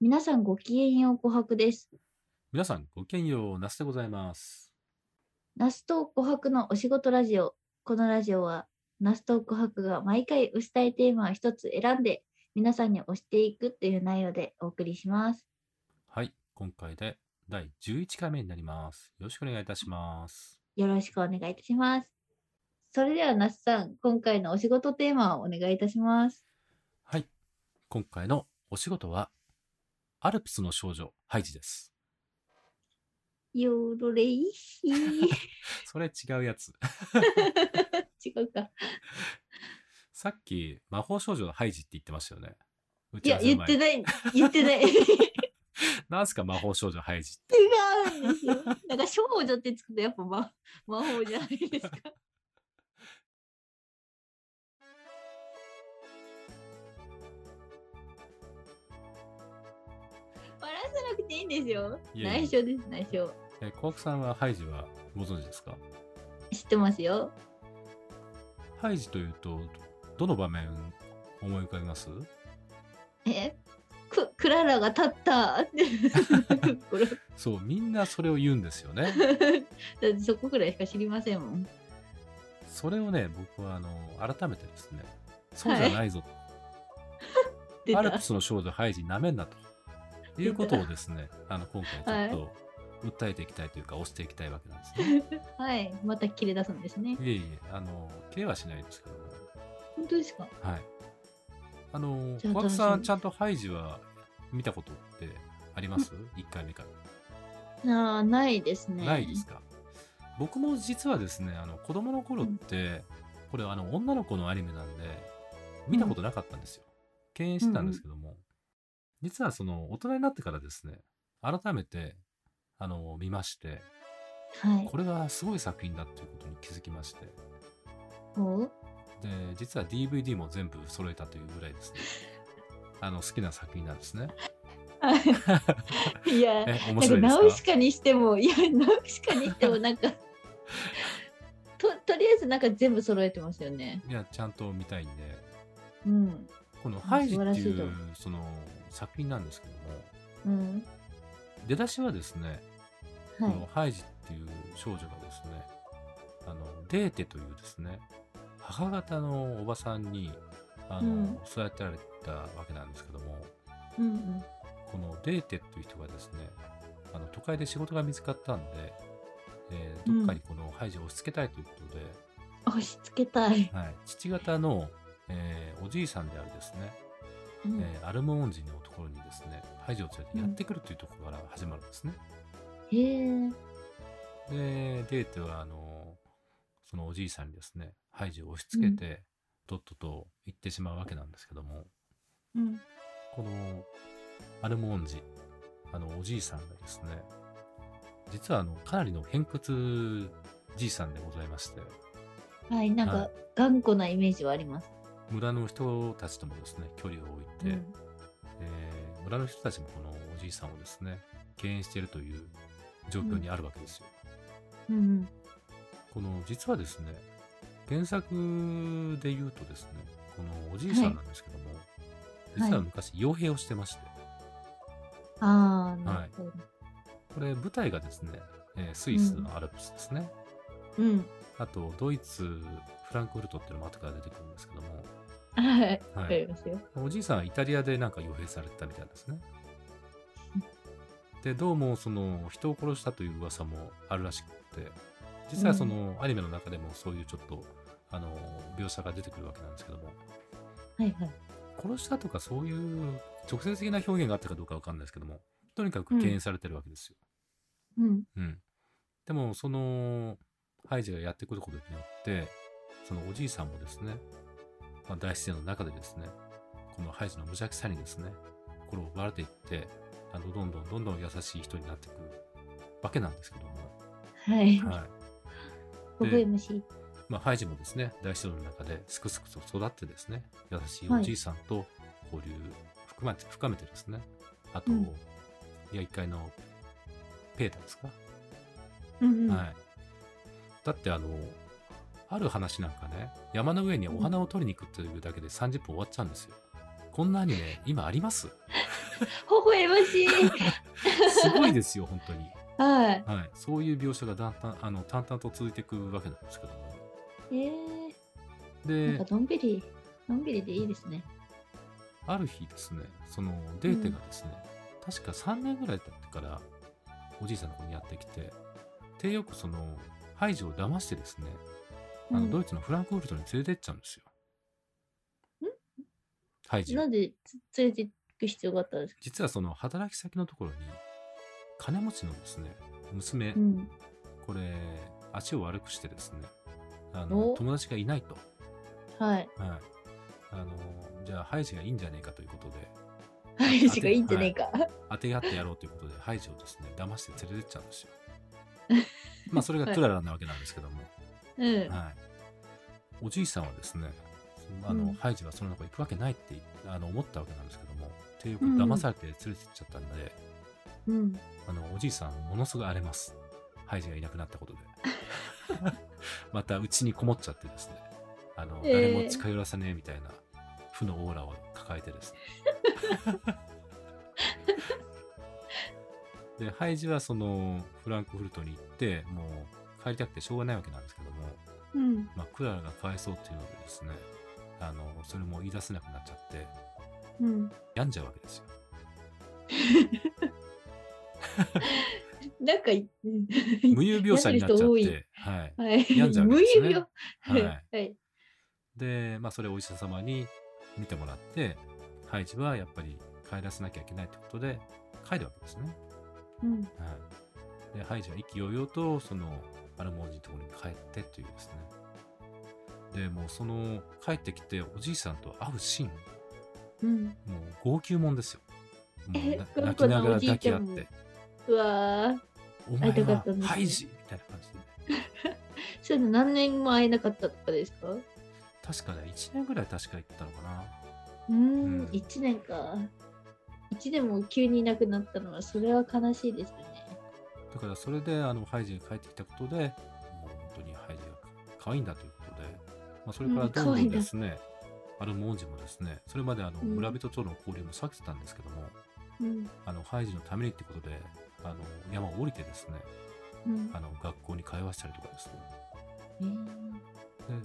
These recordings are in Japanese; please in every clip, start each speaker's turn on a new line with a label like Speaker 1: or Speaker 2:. Speaker 1: 皆さんごきげんよう、琥珀です。
Speaker 2: 皆さん、ごきげんよう、ナスでございます。
Speaker 1: ナスと琥珀のお仕事ラジオ。このラジオは、ナスと琥珀が毎回推したいテーマを一つ選んで、皆さんに推していくっていう内容でお送りします。
Speaker 2: はい、今回で第11回目になります。よろしくお願いいたします。
Speaker 1: よろしくお願いいたします。それでは、ナスさん、今回のお仕事テーマをお願いいたします。
Speaker 2: はい、今回のお仕事は、アルプスの少女、ハイジです。
Speaker 1: よろれいひー
Speaker 2: それ違うやつ。
Speaker 1: 違うか。
Speaker 2: さっき、魔法少女のハイジって言ってましたよね。打
Speaker 1: い
Speaker 2: ち合
Speaker 1: や、
Speaker 2: わせの
Speaker 1: 言って
Speaker 2: 前に。
Speaker 1: ない。言ってない。違
Speaker 2: なんすか、魔法少女ハイジって。
Speaker 1: うんです よ。なんか、少女ってつくと、やっぱ魔 魔法じゃないですか。笑わせなくていいんですよ。
Speaker 2: いやいや
Speaker 1: 内緒です、内緒。
Speaker 2: え、コークさんはハイジはご存知ですか
Speaker 1: 知ってますよ。
Speaker 2: ハイジというと、どの場面思い浮かびます
Speaker 1: えククララが立 ったって。これ
Speaker 2: そう、みんなそれを言うんですよね。
Speaker 1: だってそこくらいしか知りませんもん。
Speaker 2: それをね、僕はあの改めてですね、そうじゃないぞ、
Speaker 1: 出
Speaker 2: アル
Speaker 1: た
Speaker 2: プ。スの少女ハイジなめんなということをですね、あの今回ちょっと訴えていきたいというか、押していきたいわけなんです ね。
Speaker 1: はい。また切れ出すんですね。
Speaker 2: いえいえ、あの、切れはしないですけども、
Speaker 1: 本当ですか
Speaker 2: はい。あの、
Speaker 1: じゃあ
Speaker 2: 小悪さん、
Speaker 1: 楽しみ
Speaker 2: ちゃんとハイジは見たことってあります ?1 回目から。
Speaker 1: あーないですね。
Speaker 2: ないですか僕も実はですねあの子供の頃って、これあの女の子のアニメなんで見たことなかったんですよ、敬遠してたんですけども、実はその大人になってからですね改めてあの見まして
Speaker 1: はい。
Speaker 2: これはすごい作品だっていうことに気づきまして
Speaker 1: お
Speaker 2: で実は DVD も全部揃えたというぐらいです ねあの好きな作品なんですね
Speaker 1: いや、
Speaker 2: え面
Speaker 1: なん
Speaker 2: 白
Speaker 1: か
Speaker 2: いで
Speaker 1: ナウ
Speaker 2: す
Speaker 1: シ
Speaker 2: か
Speaker 1: カにしても、いや、ナウシカにしても、 なんかと、とりあえずなんか全部揃えてますよね。
Speaker 2: いやちゃんと見たいんで
Speaker 1: うん。
Speaker 2: この「
Speaker 1: ん
Speaker 2: ハイジ」って
Speaker 1: 素晴らしい
Speaker 2: い
Speaker 1: と
Speaker 2: う
Speaker 1: 思
Speaker 2: その作品なんですけども
Speaker 1: うん。
Speaker 2: 出だしはですね、
Speaker 1: は
Speaker 2: こ
Speaker 1: い
Speaker 2: の。ハイジっていう少女がですねあのデーテというですね母方のおばさんにあの、
Speaker 1: うん
Speaker 2: 育てられたわけなんですけども
Speaker 1: うんうん。
Speaker 2: このデーテという人がですねあの都会で仕事が見つかったんで、えーどっかにこのハイジを押し付けたいということで、
Speaker 1: 押し付けたい。
Speaker 2: はい、父方の、えーおじいさんであるですね、
Speaker 1: うん
Speaker 2: えーアルモ恩人のところにですねハイジを連れてやってくるというところから始まるんですね。
Speaker 1: へえ。
Speaker 2: で、デーテは、あの、そのおじいさんにですね、ハイジを押し付けて、とっとと行ってしまうわけなんですけども、
Speaker 1: うん。
Speaker 2: この、アルモンジ、あの、おじいさんがですね、実は、あの、かなりの偏屈じいさんでございまして、
Speaker 1: はい。なん
Speaker 2: は
Speaker 1: か、頑固なイメージはあります。
Speaker 2: 村の人たちともですね、距離を置いて、
Speaker 1: うん。
Speaker 2: えー村の人たちもこのおじいさんをですね、敬遠しているという状況にあるわけですよ。
Speaker 1: うんうん。
Speaker 2: この実はですね原作で言うとですねこのおじいさんなんですけども、
Speaker 1: はい
Speaker 2: 実は昔傭兵をしてまして、
Speaker 1: ああ、なるほど。
Speaker 2: これ舞台がですね、えースイスのアルプスですね、
Speaker 1: うん。
Speaker 2: あとドイツフランクフルトっていうのも後から出てくるんですけども、
Speaker 1: はい。わ
Speaker 2: は
Speaker 1: かり
Speaker 2: い、
Speaker 1: ますよ。
Speaker 2: おじいさんはイタリアでなんか傭兵されてたみたいですねでどうもその人を殺したという噂もあるらしくて実はそのアニメの中でもそういうちょっと、あの描写が出てくるわけなんですけども
Speaker 1: はいはい。
Speaker 2: 殺したとかそういう直接的な表現があったかどうかわかんないですけどもとにかく敬遠されてるわけですよ。
Speaker 1: うん。
Speaker 2: うんでもそのハイジがやってくることによってそのおじいさんもですね、まあ、大自然の中でですねこのハイジの無邪気さにですね心を奪われていってあのどんどんどんどん優しい人になっていくわけなんですけども、
Speaker 1: はい。
Speaker 2: はい
Speaker 1: 微笑むし。
Speaker 2: まあ、ハイジもですね大自然の中ですくすくと育ってですね優しいおじいさんと交流含めて,、深めてですねあと、
Speaker 1: うん
Speaker 2: いや一階のペーターですか、
Speaker 1: うんうん。
Speaker 2: はいだってあのある話なんかね山の上にお花を取りに行くというだけで30分終わっちゃうんですよこんなアニメ今あります
Speaker 1: 微笑ま しい。
Speaker 2: すごいですよ、本当に。
Speaker 1: はい。
Speaker 2: はい。そういう描写がだんだん、あの、淡々と続いていくわけなんですけども。
Speaker 1: ええなん
Speaker 2: で
Speaker 1: か、のんびり、のんびりでいいですね。
Speaker 2: ある日ですね、そのデーテがですね、確か3年ぐらい経ってから、おじいさんの方にやってきて、で、よくその、ハイジを騙してですね、あ
Speaker 1: う
Speaker 2: の
Speaker 1: ん
Speaker 2: ドイツのフランクフルトに連れてっちゃうんですよ。ハイジを
Speaker 1: なんでつ連れて行く必要があったんですか
Speaker 2: 実はその働き先のところに、金持ちのですね、娘、
Speaker 1: うん。
Speaker 2: これ、足を悪くしてですね、あの
Speaker 1: お
Speaker 2: 友達がいないと。
Speaker 1: はい。
Speaker 2: はい。あの、じゃあ、ハイジがいいんじゃねえかということで、
Speaker 1: 彼氏がいいんじゃねえか。
Speaker 2: 当てがってやろうということで、ハイジをですね、騙して連れてっちゃうんですよ。まあ、それがクララなわけなんですけども、
Speaker 1: うん。
Speaker 2: はい。おじいさんはですね、あの、
Speaker 1: うん
Speaker 2: ハイジはその中行くわけないってあの思ったわけなんですけども、ていう
Speaker 1: うん
Speaker 2: 騙されて連れてっちゃったんで、
Speaker 1: うん。
Speaker 2: あの、おじいさん、ものすごい荒れます。ハイジがいなくなったことで。 また、うちにこもっちゃってですね、あの、
Speaker 1: えー
Speaker 2: 誰も近寄らせねえみたいな、負のオーラを抱え てですね。で、ハイジはその、フランクフルトに行って、もう、帰りたくてしょうがないわけなんですけども、
Speaker 1: うん。
Speaker 2: まあ、クララがかわいそうっていうのでですね、あの、それも言い出せなくなっちゃって、
Speaker 1: うん。
Speaker 2: 病んじゃうわけですよ。
Speaker 1: なんかい、うん
Speaker 2: 無遊病者になっちゃっ
Speaker 1: 病んで
Speaker 2: て、はい。
Speaker 1: はい。
Speaker 2: 病んじゃうわけ
Speaker 1: 無
Speaker 2: ですね
Speaker 1: 意病。
Speaker 2: はい。
Speaker 1: はい。
Speaker 2: で、まあ、それをお医者様に見てもらって、ハイジはやっぱり帰らせなきゃいけないってことで、帰るわけですね。
Speaker 1: うん。
Speaker 2: はい、で、ハイジは意気揚々と、その、アルモージのところに帰ってというですね。で、もうその、帰ってきて、おじいさんと会うシーン、
Speaker 1: うん。
Speaker 2: もう号泣もんですよ。もう
Speaker 1: え
Speaker 2: な
Speaker 1: この
Speaker 2: 泣
Speaker 1: 子
Speaker 2: きな
Speaker 1: の
Speaker 2: が
Speaker 1: お
Speaker 2: ら
Speaker 1: じい
Speaker 2: 抱
Speaker 1: ち
Speaker 2: き
Speaker 1: ゃ
Speaker 2: 合っ
Speaker 1: んも
Speaker 2: て、
Speaker 1: うわー
Speaker 2: お前
Speaker 1: 会いたかっ
Speaker 2: は
Speaker 1: たんですね
Speaker 2: ハイジみたいな感じで、
Speaker 1: そういうの何年も会えなかったとかですかう
Speaker 2: 確かね、1年ぐらい確か行ったのかな。
Speaker 1: ーん
Speaker 2: うん
Speaker 1: 1年か1年も急にいなくなったのはそれは悲しいですよね
Speaker 2: だからそれであのハイジが帰ってきたことでもう本当にハイジが可愛いんだということで、まあ、それからどんどんですね、アルモンジもですねそれまであの
Speaker 1: うん
Speaker 2: 村人との交流も避けてたんですけども、
Speaker 1: うん
Speaker 2: あのハイジのためにってことであの山を降りてですね
Speaker 1: うん
Speaker 2: あの学校に通わせたりとかですね
Speaker 1: え
Speaker 2: で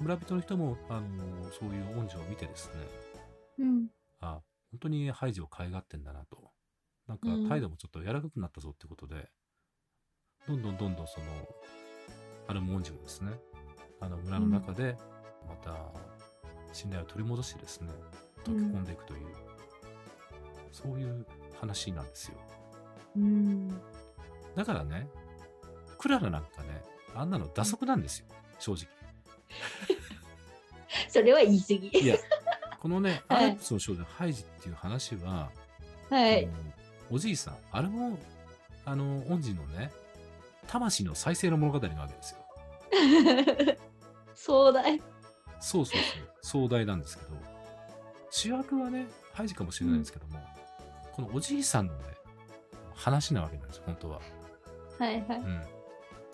Speaker 2: 村人の人もあのそういう恩師を見てですね
Speaker 1: うん
Speaker 2: あ本当にハイジを可愛がってんだなとなんか
Speaker 1: うん
Speaker 2: 態度もちょっと柔らかくなったぞってことで、どんどんどんどんそのアルモンジもですねあの村の中でまた信頼を取り戻してですね溶け込んでいくという、そういう話なんですよ
Speaker 1: うん
Speaker 2: だからねクララなんかねあんなの打足なんですよ正直
Speaker 1: それは言い過ぎ
Speaker 2: いやこのね、
Speaker 1: はい
Speaker 2: アルプスの少女ハイジっていう話は
Speaker 1: はい
Speaker 2: あのおじいさん、あれも、あの、恩人のね、魂の再生の物語なわけですよ。
Speaker 1: 壮大
Speaker 2: そうそうそう、壮大なんですけど、主役はね、ハイジかもしれないんですけども、このおじいさんのね、話なわけなんですよ、本当は。
Speaker 1: はいは
Speaker 2: う
Speaker 1: い
Speaker 2: ん。だか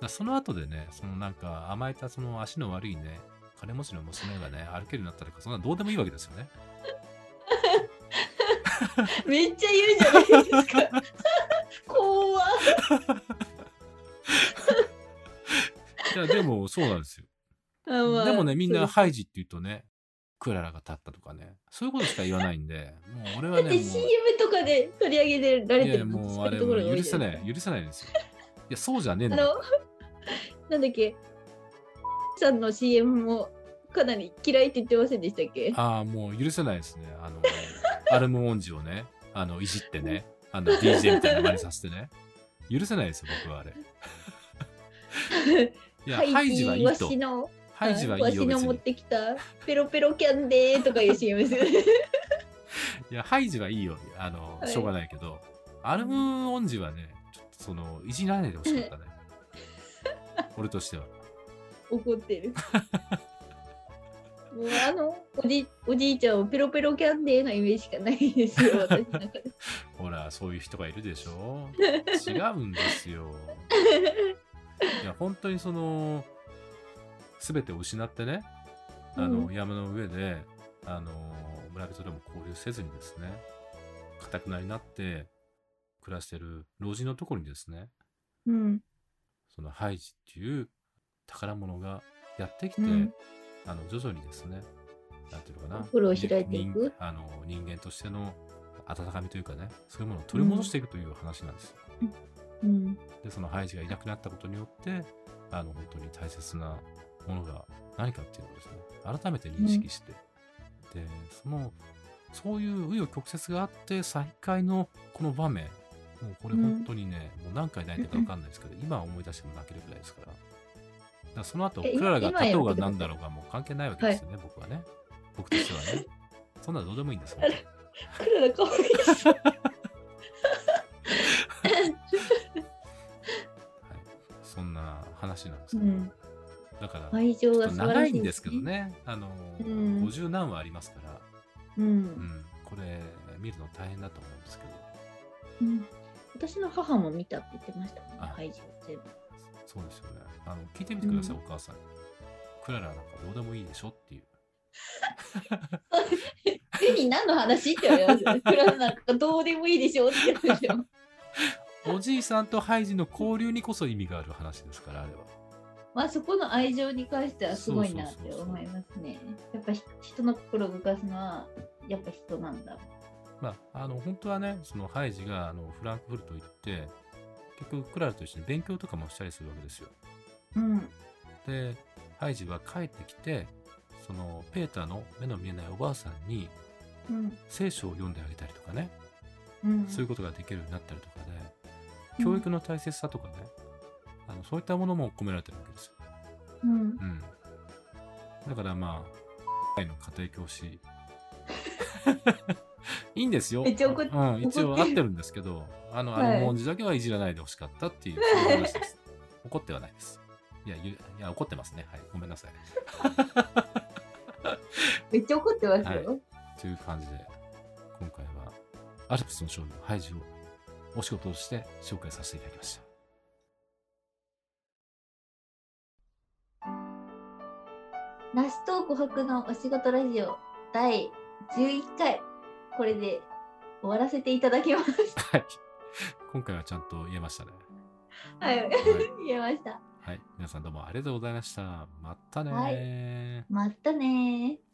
Speaker 2: らその後でね、そのなんか甘えたその足の悪いね、金持ちの娘がね、歩けるようになったとか、そんなのどうでもいいわけですよね。
Speaker 1: めっちゃ言うじゃないですか 怖っ
Speaker 2: いや、でもそうなんですよ。
Speaker 1: あまあ
Speaker 2: でもね、みん
Speaker 1: そう
Speaker 2: な
Speaker 1: です
Speaker 2: ハイジって言うとね、クララが立ったとかね、そういうことしか言わないんで、もう俺は
Speaker 1: だ
Speaker 2: ね、
Speaker 1: っ
Speaker 2: も
Speaker 1: て
Speaker 2: う
Speaker 1: CM とかで取り上げられ
Speaker 2: い
Speaker 1: て
Speaker 2: や
Speaker 1: るのって
Speaker 2: もう
Speaker 1: そう
Speaker 2: あ
Speaker 1: い
Speaker 2: れ
Speaker 1: うところが多
Speaker 2: も
Speaker 1: い
Speaker 2: 許
Speaker 1: じゃ
Speaker 2: せ
Speaker 1: ない
Speaker 2: ない、許せないですよ。いや、そうじゃねえん
Speaker 1: あ
Speaker 2: だよ。
Speaker 1: の、 なんだっけ、さんの CM もかなり嫌いって言ってませんでしたっけ
Speaker 2: ああ、もう許せないですね。あの、アルム音痴をね、あの、いじってね、あの、DJ みたいな真似させてね。許せないですよ、僕はあれ。いや、ハイジはいい
Speaker 1: わ
Speaker 2: と
Speaker 1: し。の、
Speaker 2: ハイジはいいよ、
Speaker 1: わしの
Speaker 2: 別
Speaker 1: 持っ
Speaker 2: に。
Speaker 1: てきたペロペロキャンデーとかいう CM ですよね。
Speaker 2: いや、ハイジはいいよ。あの、
Speaker 1: はい
Speaker 2: しょうがないけど、アルム音痴はね、ちょっとその、いじらないでほし かったね。俺としては。
Speaker 1: 怒って る。もうあのおじおじいちゃんをペロペロキャンデーのイメージしかないですよ、私の中で。
Speaker 2: ほら、そういう人がいるで しょ違うんですよ。いや、本当にその、すべてを失ってね、あの、
Speaker 1: うん
Speaker 2: 山の上で、あの、村人でも交流せずにですね、固くなりになって暮らしてる老人のところにですね、
Speaker 1: うん。
Speaker 2: そのハイジっていう宝物がやってきて、
Speaker 1: うん
Speaker 2: あの徐々にですね、なんていうのかな、
Speaker 1: 心を開いていく
Speaker 2: 人あの人間としての温かみというかね、そういうものを取り戻していくという話なんです。
Speaker 1: うん。
Speaker 2: で、そのハイジがいなくなったことによって、あの本当に大切なものが何かっていうのをですね、改めて認識して、で、その、そういう紆余曲折があって、再会のこの場面、もうこれ本当にね、もう何回泣いたか分かんないですけど、今思い出しても泣けるくらいですから。だからその後、
Speaker 1: え
Speaker 2: クララが
Speaker 1: 今
Speaker 2: 立とう
Speaker 1: 今や
Speaker 2: が
Speaker 1: ってください
Speaker 2: 何だろうがもう関係ないわけですよね、僕はね。僕としてはね。そんなのどうでもいいんですよ。
Speaker 1: クララかわいい。
Speaker 2: はい、そんな話なんですけ
Speaker 1: う
Speaker 2: ど、
Speaker 1: ん
Speaker 2: だから、
Speaker 1: 愛情
Speaker 2: ちょ
Speaker 1: が
Speaker 2: っと
Speaker 1: 素晴ら
Speaker 2: 長
Speaker 1: し
Speaker 2: い
Speaker 1: い
Speaker 2: んですけど。ね、あの、
Speaker 1: うん
Speaker 2: 50何話ありますから、
Speaker 1: う。
Speaker 2: うんん、これ見るの大変だと思うんですけど、
Speaker 1: うん。私の母も見たって言ってましたもんね。
Speaker 2: あ
Speaker 1: ハイジ全部。
Speaker 2: そうですよね。あの聞いてみてください、
Speaker 1: うん
Speaker 2: お母さんに。クララなんかどうでもいいでしょっていう。
Speaker 1: え、に何の話って言われますよね。クララなんかどうでもいいでしょって言ってましたよ。
Speaker 2: おじいさんとハイジの交流にこそ意味がある話ですから、あれは。
Speaker 1: まあそこの愛情に関してはすごいなって思いますね。やっぱひ人の心を動かすのはやっぱ人なんだ。
Speaker 2: まあ、あの本当はね、そのハイジがあのフランクフルト行って、結局クララと一緒に勉強とかもしたりするわけですよ。
Speaker 1: うん。
Speaker 2: で、ハイジは帰ってきて、そのペーターの目の見えないおばあさんに
Speaker 1: うん。
Speaker 2: 聖書を読んであげたりとかね、
Speaker 1: うん。
Speaker 2: そういうことができるようになったりとかで、
Speaker 1: うん
Speaker 2: 教育の大切さとかね、あのそういったものも込められてるわけですよ。
Speaker 1: うん。
Speaker 2: うん。だからまあ、の家庭 教師。いいんですよ。
Speaker 1: めっちゃ怒っ
Speaker 2: うん、一応
Speaker 1: 怒
Speaker 2: 合
Speaker 1: っ
Speaker 2: って
Speaker 1: る
Speaker 2: てるんですけど、あの、あ
Speaker 1: は
Speaker 2: の
Speaker 1: い
Speaker 2: 文字だけはいじらないでほしかったっていう、そういう話です。怒ってはないです。いや、ゆいや怒ってますね。はい、ごめんなさい。
Speaker 1: めっちゃ怒ってますよ。
Speaker 2: という感じで、今回は、アルプスの少女のハイジをお仕事として紹介させていただきました。
Speaker 1: ナスと琥珀のお仕事ラジオ第11回これで終わらせていただきます。
Speaker 2: はい。今回はちゃんと言えましたね。
Speaker 1: はい
Speaker 2: はい。
Speaker 1: 言えました。
Speaker 2: はい。皆さんどうもありがとうございました。またねー。
Speaker 1: まったねー。